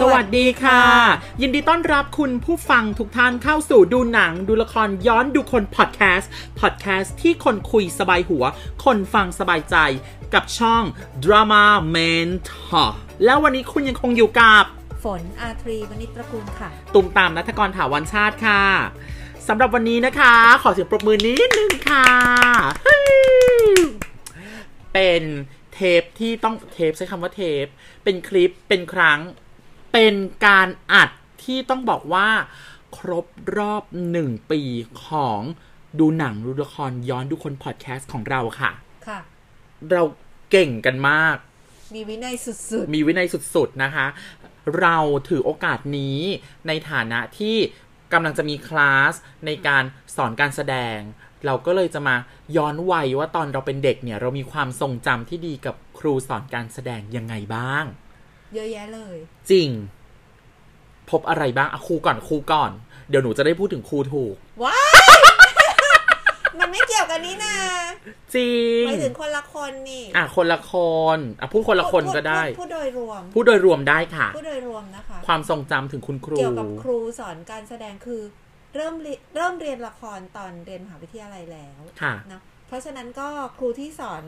สวัสดีค่ะ ยินดีต้อนรับคุณผู้ฟังทุกท่านเข้าสู่ดูหนัง ดูละครย้อนดูคนพอดแคสต์พอดแคสต์ที่คนคุยสบายหัว คนฟังสบายใจกับช่อง Drama Mentor แล้ววันนี้คุณยังคงอยู่กับ ฝนอาทรีวณิชตระกูลค่ะ ตุมตามนัทกรถาวรชาติค่ะสำหรับวันนี้นะคะ ขอเสียงปรบมือนิดนึงค่ะเฮ้ยเป็นเทปที่ต้องเทปใช้คำว่าเทป เป็นคลิปเป็นครั้ง เป็นการอัดที่ต้องบอกว่า ครบรอบหนึ่งปีของดูหนังดูละครย้อนดูคนพอดแคสต์ของเราค่ะ ค่ะ เราเก่งกันมาก มีวินัยสุด มีวินัยสุดๆนะคะ เราถือโอกาสนี้ในฐานะที่กำลังจะมีคลาสในการสอนการแสดง เราก็เลยจะมาย้อนวัยว่าตอนเราเป็นเด็กเนี่ย เรามีความทรงจำที่ดีกับครูสอนการแสดงยังไงบ้าง ๆ เยอะแยะเลย จริง พบอะไรบ้างอะครูก่อนครูก่อน เดี๋ยวหนูจะได้พูดถึงครูถูก ว้าย มันไม่เกี่ยวกันนี่นะ จริง ไปถึงคนละคนนี่ อ่ะคนละคนอ่ะพูดคนละคนก็ได้ พูดพูดโดยรวม พูดโดยรวมได้ค่ะ พูดโดยรวมนะคะ ความทรงจำถึงคุณครู เกี่ยวกับครูสอนการแสดงคือ เริ่มเรียเริ่มเรียนละครตอนเรียนมหาวิทยาลัยแล้ว ค่ะ นะเพราะฉะนั้นก็ครูที่สอน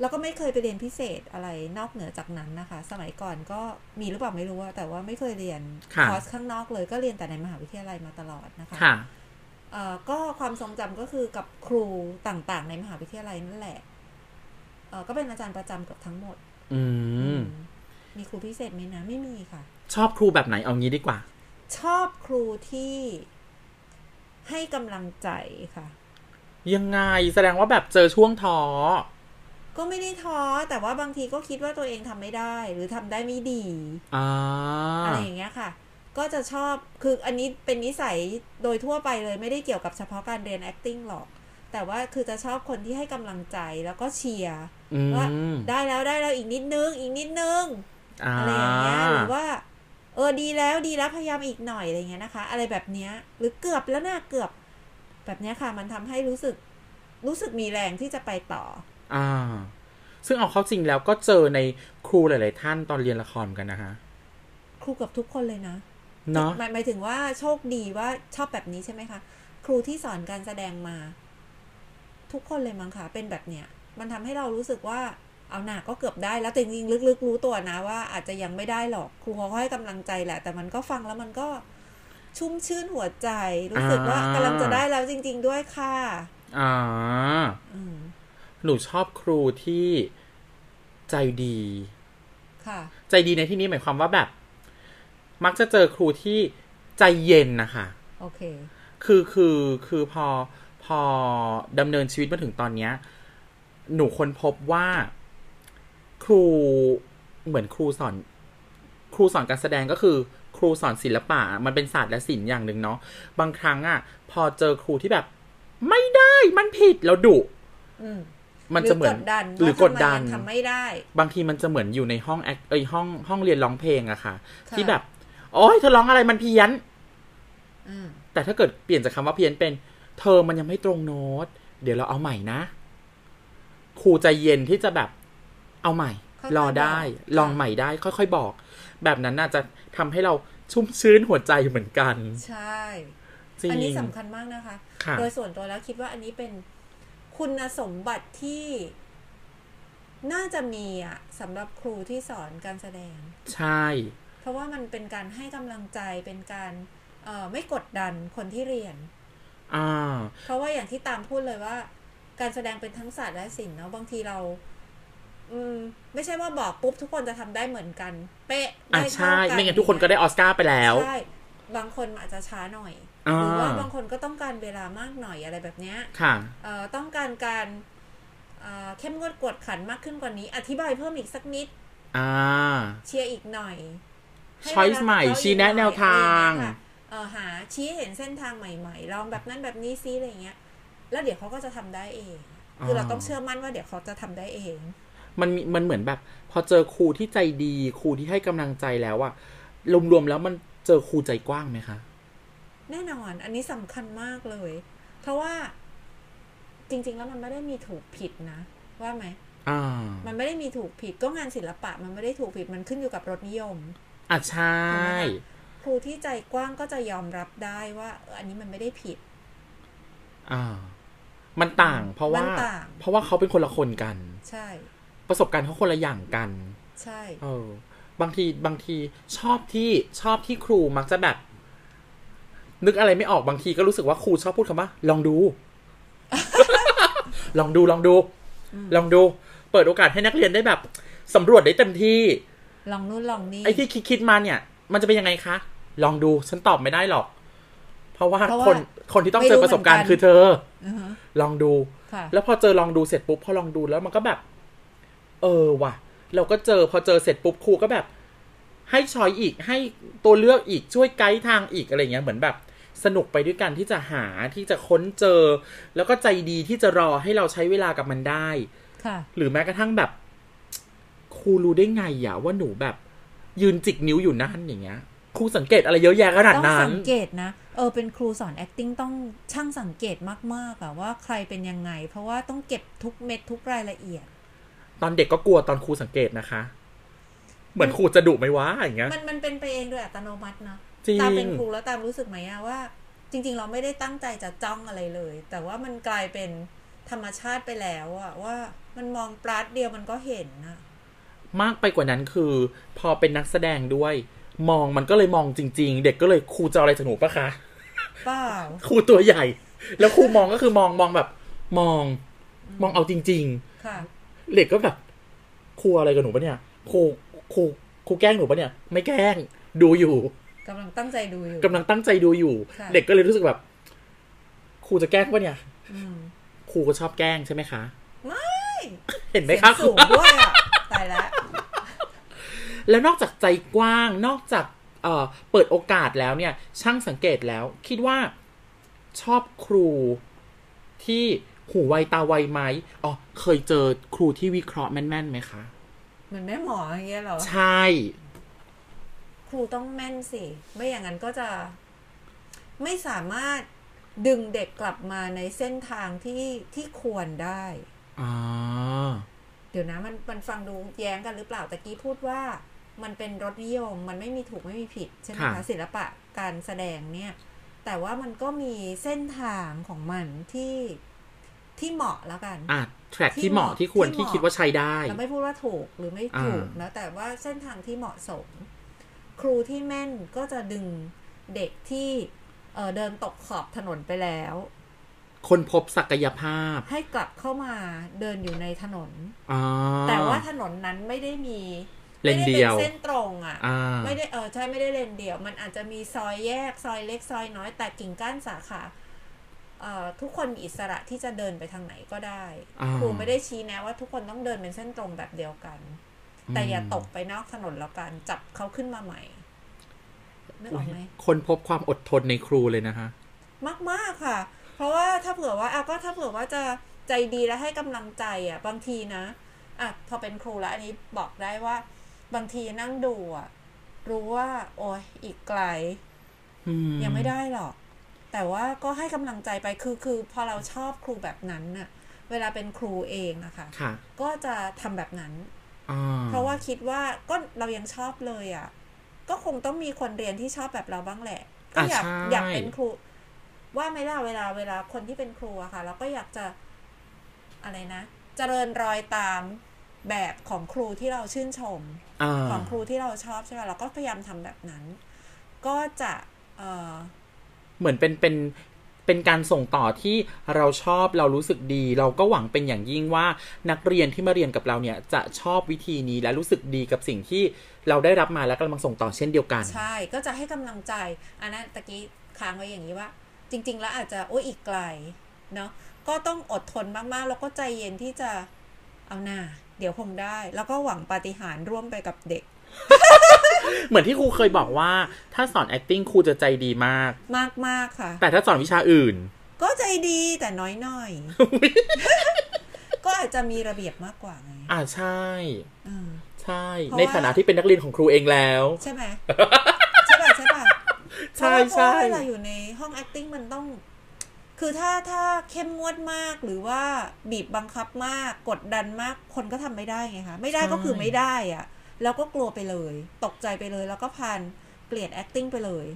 แล้วก็ไม่เคยไปเรียนพิเศษอะไรนอกเหนือจากนั้นนะคะ สมัยก่อนก็มีหรือเปล่าไม่รู้อะแต่ว่าไม่เคยเรียน ค่ะ อร์สข้างนอกเลยก็เรียนแต่ในมหาวิทยาลัยมาตลอดนะคะ ค่ะ เอ่อก็ความทรงจำก็คือกับครูต่างๆ ในมหาวิทยาลัยนั่นแหละเอ่อก็เป็นอาจารย์ประจำเกับทั้งหมด อืม มีครูพิเศษไหมนะไม่มีค่ะ ชอบครูแบบไหนเอางี้ดีกว่า ชอบครูที่ให้กำลังใจค่ะ ยังไงแสดงว่าแบบเจอช่วงท้อ ก็ไม่ได้ท้อแต่ว่าบางทีก็คิดว่าตัวเองทำไม่ได้ หรือทำได้ไม่ดี อ่า อะไรอย่างเงี้ยค่ะ ก็จะชอบคืออันนี้เป็นนิสัยโดยทั่วไปเลยไม่ได้เกี่ยวกับเฉพาะการเรียน acting หรอก แต่ว่าคือจะชอบคนที่ให้กำลังใจแล้วก็เชียร์ อื ว่าม ได้แล้วได้แล้วอีกนิดนึง อีกนิดนึง อ่า อะไรอย่างเงี้ยหรือว่า เออดีแล้วดีแล้วพยายามอีกหน่อยอะไรเงี้ยนะคะ อะไรแบบเนี้ย หรือเกือบแล้วนะเกือบ แบบเนี้ยค่ะ มันทำให้รู้สึก รู้สึกมีแรงที่จะไปต่อ อ่า ซึ่งเอาเข้าจริงแล้วก็เจอในครูหลาย ๆ ท่านตอนเรียนละครเหมือนกันนะฮะ ครูเกับทุกคนเลยนะ เนาะ หมายหมายถึงว่าโชคดีว่าชอบแบบนี้ใช่ไหมคะ ครูที่สอนการแสดงมา ทุกคนเลยมั้งคะเป็นแบบเนี้ย มันทำให้เรารู้สึกว่าเอาหนาก็เกือบได้แล้วแต่จริงๆลึกๆ รู้ตัวนะว่าอาจจะยังไม่ได้หรอกครูเขาก็ให้กำลังใจแหละ แต่มันก็ฟังแล้วมันก็ชุ่มชื่นหัวใจ รู้สึกว่ากำลังจะได้แล้วจริง ๆ ด้วยค่ะ อ่า อืม หนูชอบครูที่ใจดี ค่ะ ใจดีในที่นี้หมายความว่าแบบ มักจะเจอครูที่ใจเย็นนะคะ โอเค คือคือคือพอพอดำเนินชีวิตมาถึงตอนเนี้ย หนูค้นพบว่า ครูเหมือนครูสอน ครูสอนการแสดงก็คือ ครูสอนศิลปะ มันเป็นศาสตร์และศิลป์อย่างหนึ่งเนาะบางครั้งอะ่ะ พอเจอครูที่แบบ ไม่ได้มันผิดแล้วดุ อืม มันจะเหมือหนรือกดดัน หรือกดดัน ว่าทำไมยังทำไม่ได้ บางทีมันจะเหมือนอยู่ในห้องแอคเอยห้องห้องเรียนร้องเพลงอะค่ะ ค่ะ ที่แบบ โอ๊ยเธอร้องอะไรมันเพี้ยน อืม แต่ถ้าเกิดเปลี่ยนจากคำว่าเพี้ยนเป็น เธอมันยังไม่ตรงโน้ต เดี๋ยวเราเอาใหม่นะ ครูใจเย็นที่จะแบบเอาใหม่ รอได้ ลองใหม่ได้ ค่อยๆบอก แบบนั้นน่าจะทำให้เราชุ่มชื้นหัวใจเหมือนกัน ใช่ จริง อันนี้สำคัญมากนะคะ ค่ะ โดยส่วนตัวแล้วคิดว่าอันนี้เป็นคุณสมบัติที่น่าจะมีอะสำหรับครูที่สอนการแสดง ใช่ เพราะว่ามันเป็นการให้กำลังใจเป็นการเอ่อไม่กดดันคนที่เรียน อ่า เพราะว่าอย่างที่ตามพูดเลยว่า การแสดงเป็นทั้งศาสตร์และศิลป์เนาะบางทีเรา อืม ไม่ใช่ว่าบอกปุ๊บทุกคนจะทำได้เหมือนกัน เป๊ะ อ่า ด้เท่ ใช่ กั ไม่งั้นทุกคนก็ได้ออสการ์ไปแล้ว ใช่บางคนอาจจะช้าหน่อยหอ่ารือว่าบางคนก็ต้องการเวลามากหน่อยอะไรแบบเนี้ย ค่ะ เอ่อต้องการการเอ่อเข้มงวดกวดขันมากขึ้นกว่านี้ อธิบายเพิ่มอีกสักนิด อ่า เชียร์อีกหน่อยให้ Choice เวลา ใหม่ เขาอีก ชี้แนะ อย แนวทาง อะไรอย่เยค่ะเอ่อหาชี้ให้เห็นเส้นทางใหม่ๆ ลองแบบนั้นแบบนี้ซิอะไรอย่างเงี้ย แล้วเดี๋ยวเขาก็จะทำได้เอง คือเราต้องเชื่อมั่นว่าเดี๋ยวเขาจะทำได้เอง มันมีมันเหมือนแบบ พอเจอครูที่ใจดีครูที่ให้กำลังใจแล้วอะรวมๆแล้วมันเจอครูใจกว้างไหมคะ แน่นอน อันนี้สำคัญมากเลย เพราะว่าจริง ๆ แล้วมันไม่ได้มีถูกผิดนะ ว่าไหม อ่า มันไม่ได้มีถูกผิดก็งานศิลปะ มันไม่ได้ถูกผิดมันขึ้นอยู่กับรสนิยม อ่ะใช่ ถูกไหมคะ ครูที่ใจกว้างก็จะยอมรับได้ว่าเอออันนี้มันไม่ได้ผิด อ่า มันต่างเพราะว่านมต่าง เพราะว่าเขาเป็นคนละคนกัน ใช่ ประสบการณ์เขาคนละอย่างกัน ใช่ เออ บางทีบางทีชอบที่ชอบที่ครูมักจะแบบ นึกอะไรไม่ออกบางทีก็รู้สึกว่าครูชอบพูดคำว่า ลองดู ลองดูลองดู อืม ลองดู เปิดโอกาสให้นักเรียนได้แบบสำรวจได้เต็มที่ ลองนู่นลองนี่ ไอ้ที่คิดคิดมาเนี่ย มันจะเป็นยังไงคะ ลองดูฉันตอบไม่ได้หรอก เพราะว่า เพราะว่า คนคนที่ต้อง ไม่ เจ รู้ อประสบการ เหมือนกัณ์น คือเธอ อือฮะ ลองดู ค่ะ แล้วพอเจอลองดูเสร็จปุ๊บพอลองดูแล้วมันก็แบบ เออว่ะ เราก็เจอพอเจอเสร็จปุ๊บครูก็แบบ ให้ชอยอีกให้ตัวเลือกอีกช่วยไกด์ทางอีกอะไรเงี้ยเหมือนแบบ สนุกไปด้วยกันที่จะหาที่จะค้นเจอ แล้วก็ใจดีที่จะรอให้เราใช้เวลากับมันได้ ค่ะ หรือแม้กระทั่งแบบ ครูรู้ได้ไงอ่ะว่าหนูแบบ ยืนจิกนิ้วอยู่นั่นอย่างเงี้ยครูสังเกตอะไรเยอะแยะขนาด ต้อง นั้น สังเกตนะ เออ เป็นครูสอน acting ต้องช่างสังเกตมากๆอะว่าใครเป็นยังไง เพราะว่าต้องเก็บทุกเม็ดทุกรายละเอียด ตอนเด็กก็กลัวตอนครูสังเกตนะคะ เหมือนครูจะดุไหมวะอย่างเงี้ย มันมันเป็นไปเองโดยอัตโนมัตินะ จริง ตามเป็นครูแล้วตามรู้สึกไหมอะว่า จริง ๆ เราไม่ได้ตั้งใจจะจ้องอะไรเลย แต่ว่ามันกลายเป็นธรรมชาติไปแล้วอะว่ามันมองปราดเดียวมันก็เห็นนะ มากไปกว่านั้นคือ พอเป็นนักแสดงด้วย มองมันก็เลยมองจริง ๆ เด็กก็เลยครูจะเอาอะไรจากหนูปะคะ เปล่า ครูตัวใหญ่ แล้วครูมองก็คือมองมองแบบ มอง มองเอาจริง ค่ะ ๆ เด็กก็แบบครูเอาอะไรกับหนูปะเนี่ยครูครูครูแกล้งหนูปะเนี่ย ไม่แกล้งดูอยู่ กำลังตั้งใจดูอยู่ กำลังตั้งใจดูอยู่ ค่ะ เด็กก็เลยรู้สึกแบบ ครูจะแกล้งปะเนี่ย อืม ครูก็ชอบแกล้งใช่ไหมคะ ไม่ เห็นไหม เสีย คะ งสูงด้วย อะตายแล้ว แล้วนอกจากใจกว้างนอกจากเอ่อเปิดโอกาสแล้วเนี่ย ช่างสังเกตแล้ว คิดว่าชอบครูที่หูไวตาไวไหมอ๋อเคยเจอครูที่วิเคราะห์แม่นๆไหมคะ เหมือนแม่หมออย่างเงี้ยเหรอ ใช่ ครูต้องแม่นสิ ไม่อย่างนั้นก็จะ ไม่สามารถดึงเด็กกลับมาในเส้นทางที่ที่ควรได้ อ่า เดี๋ยวนะมันมันฟังดูแย้งกันหรือเปล่าตะกี้พูดว่า มันเป็นรสนิยม มันไม่มีถูกไม่มีผิดใช่ไหม ค่ะ คะศิลปะการแสดงเนี่ย แต่ว่ามันก็มีเส้นทางของมันที่ที่เหมาะแล้วกัน อ่ะแทร็กที่เหมาะที่ควร ที่ ที่ เหมาะ คิดว่าใช้ได้ เราไม่พูดว่าถูกหรือไม่ถูก อ่าน นะแต่ว่าเส้นทางที่เหมาะสม ครูที่แม่นก็จะดึงเด็กที่เอ่อเดินตกขอบถนนไปแล้ว คนพบศักยภาพ ให้กลับเข้ามาเดินอยู่ในถนน อ่า แต่ว่าถนนนั้นไม่ได้มี เลนเดียว ไม่ไป็นเส้นตรงอ่ะ อ่า ไม่ได้เออใช่ไม่ได้เลนเดียว มันอาจจะมีซอยแยกซอยเล็กซอยน้อยแต่กิ่งก้านสาขาเอ่อทุกคนมีอิสระที่จะเดินไปทางไหนก็ได้ อ่า ครูไม่ได้ชี้แนะว่าทุกคนต้องเดินเป็นเส้นตรงแบบเดียวกัน แต่อย่าตกไปนอกถนนแล้วกันจับเขาขึ้นมาใหม่นึกออกไหม คนพบความอดทนในครูเลยนะฮะ มาก ๆ ค่ะ เพราะว่าถ้าเผื่อว่าเอาก็ถ้าเผื่อว่าจะใจดีและให้กำลังใจอ่ะ บางทีนะอ่ะพอเป็นครูแล้วอันนี้บอกได้ว่า บางทีนั่งดูอ่ะ รู้ว่า โอ้ยอีกไกล อื ยังไม่ได้หรอก แต่ว่าก็ให้กำลังใจไปคือคือพอเราชอบครูแบบนั้นน่ะ เวลาเป็นครูเองอะค่ะ ค่ะ ก็จะทำแบบนั้น อ่ เพราะว่าคิดว่าก็เรายังชอบเลยอะ่ะ ก็คงต้องมีคนเรียนที่ชอบแบบเราบ้างแหละ ก็ ะ อยาก ใช่ อยากเป็นครู ว่าไหม่ล่ะเวลาเวลาคนที่เป็นครูอะค่ะ เราก็อยากจะอะไรนะเจริญรอยตามแบบของครูที่เราชื่นชม อ่า ของครูที่เราชอบใช่ไหมเราก็พยายามทำแบบนั้น ก็จะเออ เหมือนเป็นเป็นเป็นการส่งต่อที่เราชอบเรารู้สึกดี เราก็หวังเป็นอย่างยิ่งว่านักเรียนที่มาเรียนกับเราเนี่ย จะชอบวิธีนี้และรู้สึกดีกับสิ่งที่เราได้รับมาและกำลังส่งต่อเช่นเดียวกัน ใช่ ก็จะให้กำลังใจ อันนั้นตะกี้ค้างไว้อย่างนี้ว่า จริง ๆ แล้วอาจจะโอ้ยอีกไกล เนาะ ก็ต้องอดทนมาก ๆ แล้วก็ใจเย็นที่จะเอาหน้า เดี๋ยวคงได้ แล้วก็หวังปาฏิหาริย์ร่วมไปกับเด็ก เหมือนที่ครูเคยบอกว่า ถ้าสอน acting ครูจะใจดีมาก มาก ๆ ค่ะ แต่ถ้าสอนวิชาอื่น ก็ใจดีแต่น้ อยหน่อย ก็อาจจะมีระเบียบมากกว่าไง อ่าใช่ อืม ใช่ เพราะว่า ในฐานะที่เป็นนักเรียนของครูเองแล้ว ใช่ ไหม ใช่ป่ะใช่ป่ะ ใช่ เพราะว่าเพใช่ราะว่าเวลาอยู่ในห้อง acting มันต้อง คือถ้าถ้าเข้มงวดมากหรือว่าบีบบังคับมากกดดันมากคนก็ทำไม่ได้ไงคะ ไม่ได้ก็คือไม่ได้อะ แล้วก็กลัวไปเลย ตกใจไปเลย แล้วก็พันเกลียด acting ไปเลย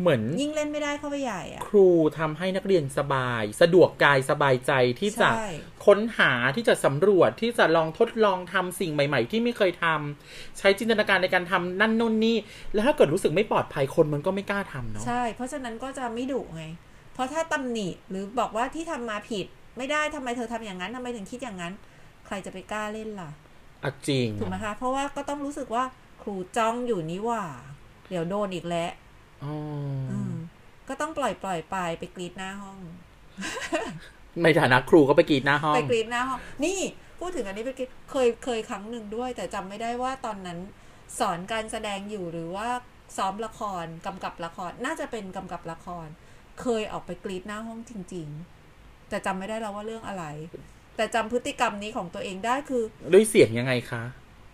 เหมือน ยิ่งเล่นไม่ได้เข้าไปใหญ่อะ ครูทำให้นักเรียนสบาย สะดวกกายสบายใจที่จะ ใช่ ค้นหาที่จะสำรวจที่จะลองทดลองทำสิ่งใหม่ ๆ ที่ไม่เคยทำใช้จินตนาการในการทำนั่นนู่นนี่ แล้วถ้าเกิดรู้สึกไม่ปลอดภัยคนมันก็ไม่กล้าทำเนาะ ใช่ เพราะฉะนั้นก็จะไม่ดุไง เพราะถ้าตำหนิหรือบอกว่าที่ทำมาผิด ไม่ได้ทำไมเธอทำอย่างนั้นทำไมถึงคิดอย่างนั้น ใครจะไปกล้าเล่นล่ะ อ่ะจริง ถูกไหมคะ เพราะว่าก็ต้องรู้สึกว่าครูจ้องอยู่นี่หว่า เดี๋ยวโดนอีกแล้ว อ๋ออ อืมก็ต้องปล่อยปล่อยไปไปกรีดหน้าห้อง ในฐานะครูก็ไปกรีดหน้าห้อ ไป ง กรีดหน้าห้อง นี่พูดถึงอันนี้ไปกรีดเคยเคยครั้งหนึ่งด้วย แต่จำไม่ได้ว่าตอนนั้นสอนการแสดงอยู่หรือว่าซ้อมละครกำกับละครน่าจะเป็นกำกับละคร เคยออกไปกรีดหน้าห้องจริง ๆ แต่จำไม่ได้แล้วว่าเรื่องอะไร แต่จำพฤติกรรมนี้ของตัวเองได้คือ ด้วยเสียงยังไงคะ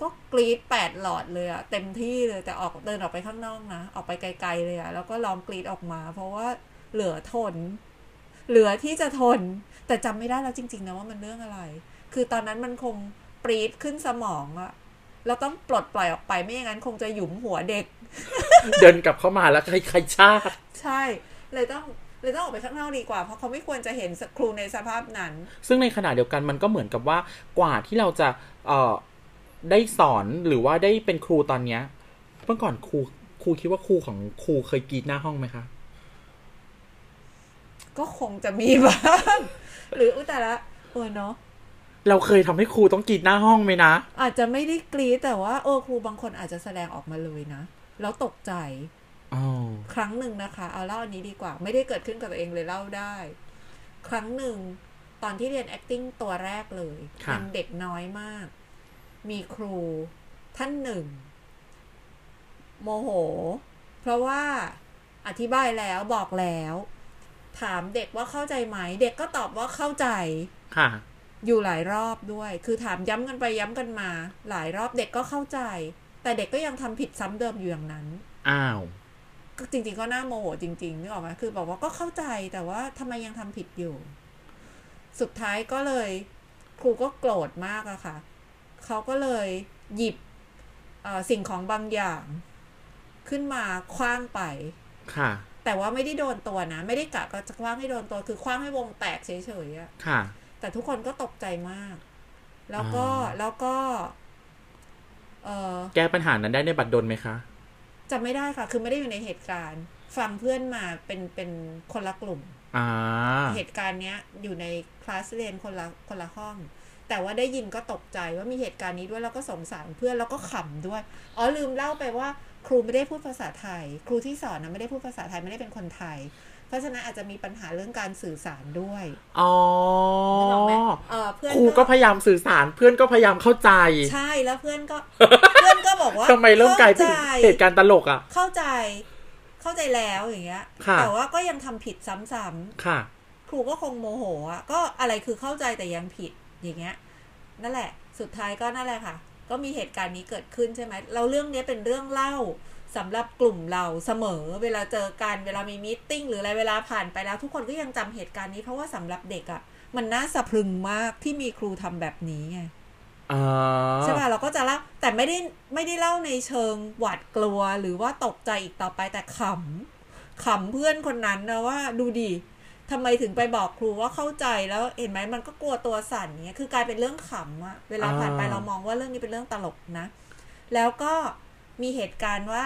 ก็กรีดแปดหลอดเลยอะเต็มที่เลยแต่ออกเดินออกไปข้างนอกนะ ออกไปไกลๆเลยอะแล้วก็ลองกรีดออกมา เพราะว่าเหลือทน เหลือที่จะทน แต่จำไม่ได้แล้วจริง ๆ นะว่ามันเรื่องอะไร คือตอนนั้นมันคงปรีดขึ้นสมองอะเราต้องปลดปล่อยออกไปไม่อย่างนั้นคงจะหยุมหัวเด็ก เดินกลับเข้ามาแล้วใครใครชาก ใช่ เลยต้องเลยต้องออกไปข้างนอกดีกว่า เพราะเขาไม่ควรจะเห็นครูในสภาพนั้น ซึ่งในขณะเดียวกันมันก็เหมือนกับว่ากว่าที่เราจะเอ่อได้สอนหรือว่าได้เป็นครูตอนเนี้ยเมื่อก่อนครูครูคิดว่าครูของครูเคยกรีดหน้าห้องไหมคะ ก็คงจะมีบ้าง หรืออุยตายละเออเนาะ เราเคยทำให้ครูต้องกรีดหน้าห้องไหมนะ อาจจะไม่ได้กรี๊ดแต่ว่าเออครูบางคนอาจจะแสดงออกมาเลยนะ แล้วตกใจ อ๋อ ครั้งหนึ่งนะคะ เอาเล่าอันนี้ดีกว่า ไม่ได้เกิดขึ้นกับตัวเองเลยเล่าได้ ครั้งหนึ่ง ตอนที่เรียน acting ตัวแรกเลย ค่ะ เป็นเด็กน้อยมาก มีครูท่านหนึ่ง โมโห เพราะว่าอธิบายแล้วบอกแล้ว ถามเด็กว่าเข้าใจไหม เด็กก็ตอบว่าเข้าใจ ค่ะ อยู่หลายรอบด้วย คือถามย้ำกันไปย้ำกันมา หลายรอบเด็กก็เข้าใจ แต่เด็กก็ยังทำผิดซ้ำเดิมอยู่อย่างนั้น อ้าว ก็จริง ๆ ก็น่าโมโหจริงๆนึกออกไหมคือบอกว่าก็เข้าใจแต่ว่าทำไมยังทำผิดอยู่ สุดท้ายก็เลย ครูก็โกรธมากอะค่ะ เขาก็เลยหยิบเอ่อสิ่งของบางอย่าง ขึ้นมาคว้างไป ค่ะ แต่ว่าไม่ได้โดนตัวนะ ไม่ได้กะก็จะคว้างให้โดนตัว คือคว้างให้วงแตกเฉยๆอะ ค่ะ แต่ทุกคนก็ตกใจมาก แล้วก็ อ่า แล้วก็เออ แก้ปัญหานั้นได้ในบัตรดลไหมคะ จำไม่ได้ค่ะ คือไม่ได้อยู่ในเหตุการณ์ ฟังเพื่อนมาเป็นเป็นคนละกลุ่ม อ่า เหตุการณ์เนี้ยอยู่ในคลาสเรียนคนละคนละห้อง แต่ว่าได้ยินก็ตกใจว่ามีเหตุการณ์นี้ด้วยแล้วก็สงสารเพื่อนแล้วก็ขำด้วย อ๋อลืมเล่าไปว่า ครูไม่ได้พูดภาษาไทย ครูที่สอนนะไม่ได้พูดภาษาไทยไม่ได้เป็นคนไทย เพราะฉะนั้นอาจจะมีปัญหาเรื่องการสื่อสารด้วย อ๋อ นึกออกไหมเออเพื่อน ครูก็พยายามสื่อสาร เพื่อนก็พยายามเข้าใจ ใช่แล้วเพื่อนก็ เพื่อนก็บอกว่า ทำไมเริ่มกลายเป็ข้นใจ เหตุการณ์ตลกอ่ะ เข้าใจ เข้าใจแล้วอย่างเงี้ย ค่ะ แต่ว่าก็ยังทำผิดซ้ำ ค่ะ ๆครูก็คงโมโหอ่ะก็อะไรคือเข้าใจแต่ยังผิดอย่างเงี้ย นั่นแหละ สุดท้ายก็นั่นแหละค่ะ ก็มีเหตุการณ์นี้เกิดขึ้นใช่ไหมเราเรื่องเนี้ยเป็นเรื่องเล่าสำหรับกลุ่มเราเสมอ เวลาเจอกันเวลามีมตติ팅หรืออะไรเวลาผ่านไปแล้ว ทุกคนก็ยังจำเหตุการณ์นี้เพราะว่าสำหรับเด็กอ่ะ มันน่าสะพรึงมากที่มีครูทำแบบนี้ไง อ๋อ ใช่ป่ะเราก็จะเล่าแต่ไม่ได้ไม่ได้เล่าในเชิงหวาดกลัวหรือว่าตกใจอีกต่อไปแต่ขำขำเพื่อนคนนั้นนะว่าดูดิทำไมถึงไปบอกครูว่าเข้าใจแล้วเห็นไหมมันก็กลัวตัวสั่นเนี้ยคือกลายเป็นเรื่องขำอะเวลาผ่านไป อ่า เรามองว่าเรื่องนี้เป็นเรื่องตลกนะ แล้วก็มีเหตุการณ์ว่า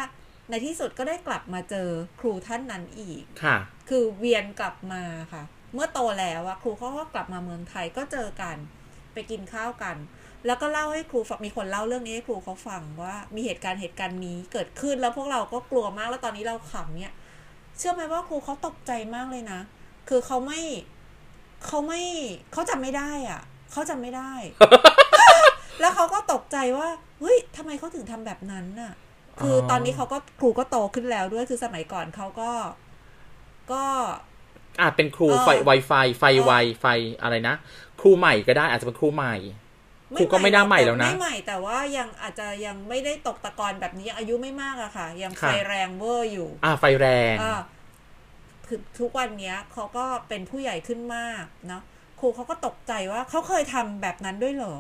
ในที่สุดก็ได้กลับมาเจอครูท่านนั้นอีก ค่ะ คือเวียนกลับมาค่ะ เมื่อโตแล้วอะครูเขาก็กลับมาเมืองไทยก็เจอกัน ไปกินข้าวกัน แล้วก็เล่าให้ครูฟังมีคนเล่าเรื่องนี้ให้ครูเขาฟังว่ามีเหตุการณ์เหตุการณ์นี้เกิดขึ้นแล้วพวกเราก็กลัวมากแล้วตอนนี้เราขำเนี่ย เชื่อไหมว่าครูเขาตกใจมากเลยนะ คือเขาไม่เขาไม่เขาจำไม่ได้อะเขาจำไม่ได้ แล้วเขาก็ตกใจว่าเฮ้ยทำไมเขาถึงทำแบบนั้นน่ะ คืออ อ ตอนนี้เขาก็ครูก็โตขึ้นแล้วด้วยคือสมัยก่อนเขาก็ ก็ อาจเป็นครูไฟไวไฟ ไฟไวไฟอะไรนะ ครูใหม่ก็ได้ อาจจะเป็นครูใหม่ ครูก็ไม่หน้าใหม่แล้วนะ ไม่ใหม่แต่ว่ายังอาจจะยังไม่ได้ตกตะกอนแบบนี้ยังอายุไม่มากอะค่ะ ยังไฟ ค่ะ แรงเวอร์อยู่ อ่าไฟแรง อ่าคือทุกวันเนี้ยเขาก็เป็นผู้ใหญ่ขึ้นมากเนาะครูเขาก็ตกใจว่าเขาเคยทำแบบนั้นด้วยเหรอ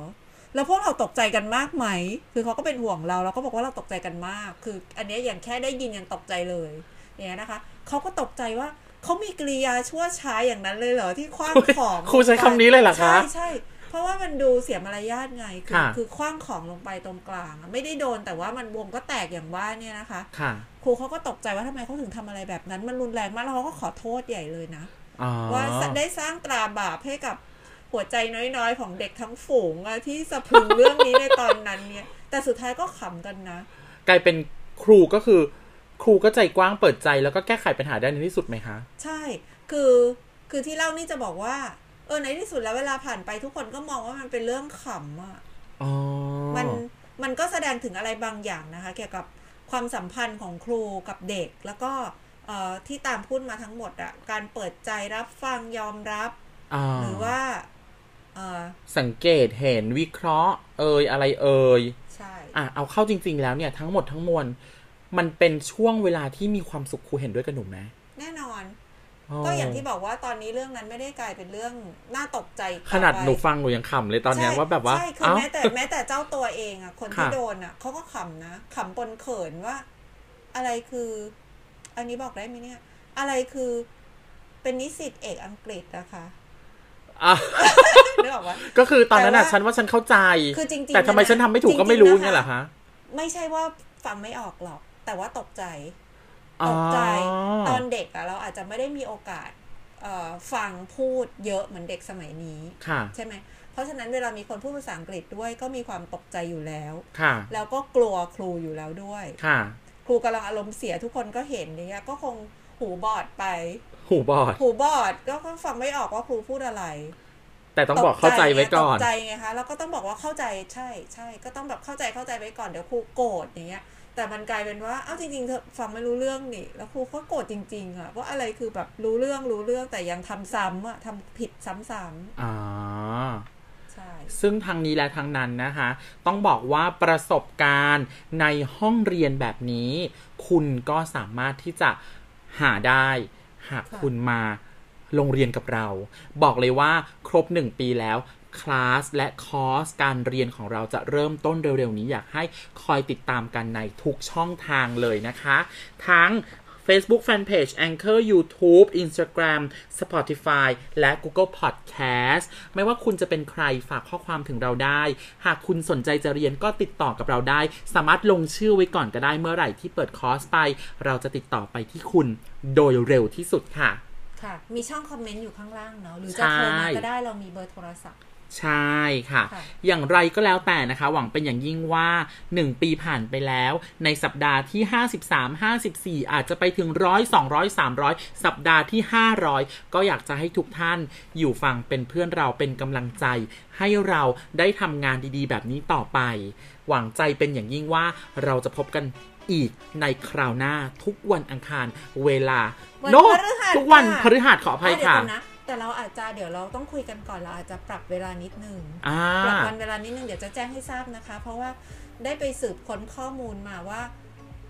แล้วพวกเราตกใจกันมากไหม คือเขาก็เป็นห่วงเราเราก็บอกว่าเราตกใจกันมาก คือ อันเนี้ยอย่างแค่ได้ยินยังตกใจเลยอย่างเนี้ยนะคะเขาก็ตกใจว่าเขามีกริยาชั่วช้าอย่างนั้นเลยเหรอที่คว้างของ ครูใช้คำนี้เลยเหรอคะ ใช่ใช่เพราะว่ามันดูเสียมารยาทไงคือ ค่ะ คือคว้างของลงไปตรงกลางอะไม่ได้โดนแต่ว่ามันวงก็แตกอย่างว่าเนี่ยนะคะ ค่ะ ครูเขาก็ตกใจว่าทำไมเขาถึงทำอะไรแบบนั้น มันรุนแรงมากแล้วเขาก็ขอโทษใหญ่เลยนะ อ๋อ ว่าได้สร้างตราบาปให้กับหัวใจน้อยๆ ของเด็กทั้งฝูงอะที่สะพรึงเรื่องนี้ในตอนนั้นเนี่ย แต่สุดท้ายก็ขำกันนะ กลายเป็นครูก็คือ ครูก็ใจกว้างเปิดใจแล้วก็แก้ไขปัญหาได้ในที่สุดไหมคะ ใช่ คือ คือที่เล่านี่จะบอกว่า เออในที่สุดแล้วเวลาผ่านไปทุกคนก็มองว่ามันเป็นเรื่องขำอะ อ๋อ มัน มันก็แสดงถึงอะไรบางอย่างนะคะ เกี่ยวกับความสัมพันธ์ของครูกับเด็ก แล้วก็เอ่อที่ตามพูดมาทั้งหมดอะการเปิดใจรับฟังยอมรับ อ่า หรือว่าเออ สังเกตเห็นวิเคราะห์ เอ่ยอะไรเอ่ย ใช่ อ่ะเอาเข้าจริง ๆ แล้วเนี่ยทั้งหมดทั้งมวลมันเป็นช่วงเวลาที่มีความสุขครูเห็นด้วยกับหนูไหม แน่นอน ก็อย่างที่บอกว่าตอนนี้เรื่องนั้นไม่ได้กลายเป็นเรื่องน่าตกใจ ขนาด ต่อไป หนูฟังหนูยังขำเลยตอนเนี้ย ใช่ ว่าแบบว่า ใช่คือ เอ้า แม้ แต่แม้แต่เจ้าตัวเองอะคนที่ ค่ะ โดนอะเขาก็ขำนะขำปนเขินว่า อะไรคือ อันนี้บอกได้ไหมเนี่ย อะไรคือ เป็นนิสิตเอกอังกฤษนะคะ อ่ะ นึกออกว่า ก็คือตอนนั้นอ่ะ แต่ว่า ฉันว่าฉันเข้าใจ คือจริงๆ แต่ทำไม นะ ฉันทำไม่ถูกก็ไม่ จริงๆ รู้ นะคะ เนี่ยเหรอฮะ ไม่ใช่ว่าฟังไม่ออกหรอก แต่ว่าตกใจ อ๋ ต อก ใจตอนเด็กอะเราอาจจะไม่ได้มีโอกาสเอ่อฟังพูดเยอะเหมือนเด็กสมัยนี้ ค่ะ ใช่ไหม เพราะฉะนั้นเวลามีคนพูดภาษาอังกฤษด้วยก็มีความตกใจอยู่แล้ว ค่ะ แล้วก็กลัวครูอยู่แล้วด้วย ค่ะ ครูกำลังอารมณ์เสียทุกคนก็เห็นเนี่ยก็คงหูบอดไป หูบอด หูบอดก็ก็ฟังไม่ออกว่าครูพูดอะไร แต่ต้องบอกเข้าใจไว้ก่อน ตกใจไงคะแล้วก็ต้องบอกว่าเข้าใจใช่ใช่ก็ต้องแบบเข้าใจเข้าใจไว้ก่อนเดี๋ยวครูโกรธอย่างเงี้ย แต่มันกลายเป็นว่าเอ้าจริงๆเธอฟังไม่รู้เรื่องนี่แล้วครูก็โกรธจริงๆอะว่าอะไรคือแบบรู้เรื่องรู้เรื่องแต่ยังทำซ้ำอะทำผิดซ้ำ อ๋อ ๆใช่ ซึ่งทางนี้และทางนั้นนะคะ ต้องบอกว่าประสบการณ์ในห้องเรียนแบบนี้ คุณก็สามารถที่จะหาได้ หาก ค่ะ คุณมาโรงเรียนกับเรา บอกเลยว่าครบ 1 ปีแล้ว คลาสและคอร์สการเรียนของเราจะเริ่มต้นเร็วๆ นี้อยากให้คอยติดตามกันในทุกช่องทางเลยนะคะ ทั้ง Facebook Fanpage Anchor YouTube Instagram Spotify และ Google Podcast ไม่ว่าคุณจะเป็นใครฝากข้อความถึงเราได้ หากคุณสนใจจะเรียนก็ติดต่อกับเราได้ สามารถลงชื่อไว้ก่อนก็ได้เมื่อไหร่ที่เปิดคอร์สไป เราจะติดต่อไปที่คุณโดยเร็วที่สุดค่ะ ค่ะ มีช่องคอมเมนต์อยู่ข้างล่างเนาะ หรือ ใช่ จะโทรมาก็ได้ เรามีเบอร์โทรศัพท์ ใช่ค่ะ ค่ะ อย่างไรก็แล้วแต่นะคะ หวังเป็นอย่างยิ่งว่า 1 ปีผ่านไปแล้ว ในสัปดาห์ที่ 53 54 อาจจะไปถึง 100 200 300 สัปดาห์ที่ 500 ก็อยากจะให้ทุกท่านอยู่ฟังเป็นเพื่อนเราเป็นกำลังใจ ให้เราได้ทำงานดีๆ แบบนี้ต่อไป หวังใจเป็นอย่างยิ่งว่าเราจะพบกันอีกในคราวหน้าทุกวันอังคารเวลา วัน โน้พตฤหัส ทุกวัน ค่ะ พฤหัสขออภัย อ่ะเดี๋ยว ค่ะ ก่อนนะ แต่เราอาจจะเดี๋ยวเราต้องคุยกันก่อน เราอาจจะปรับเวลานิดนึง อ่า ปรับวันเวลานิดนึง เดี๋ยวจะแจ้งให้ทราบนะคะ เพราะว่าได้ไปสืบค้นข้อมูลมาว่า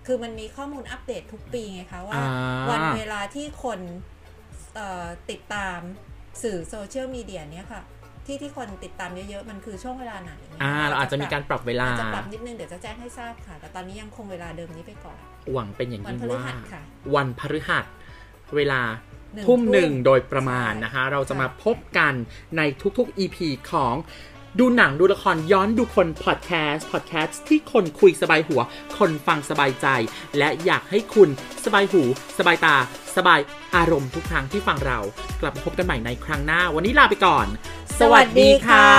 คือมันมีข้อมูลอัปเดตทุกปีไงคะว่า อ่า วันเวลาที่คนเอ่อติดตามสื่อโซเชียลมีเดียเนี่ยค่ะ ที่ที่คนติดตามเยอะๆ มันคือช่วงเวลาไหนนี่ย อ่าเราอาจจะมีการปรับเวลา อาจจะปรับนิดนึง เดี๋ยวจะแจ้งให้ทราบค่ะ แต่ตอนนี้ยังคงเวลาเดิมนี้ไปก่อน หวังเป็นอย่างยิ่งว่า วันพฤหัสค่ะ วันพฤหัส เวลา หนึ่ง ทุ่มหนึ่ง ทุ่ม โดยประมาณนะคะ เราจะ ค่ะ มาพบกันในทุกๆ EP ของดูหนังดูละครย้อนดูคนพอดแคสต์พอดแคสต์ที่คนคุยสบายหัว คนฟังสบายใจ และอยากให้คุณสบายหู สบายตา สบายอารมณ์ทุกครั้งที่ฟังเรา กลับมาพบกันใหม่ในครั้งหน้า วันนี้ลาไปก่อน สวัสดีค่ะ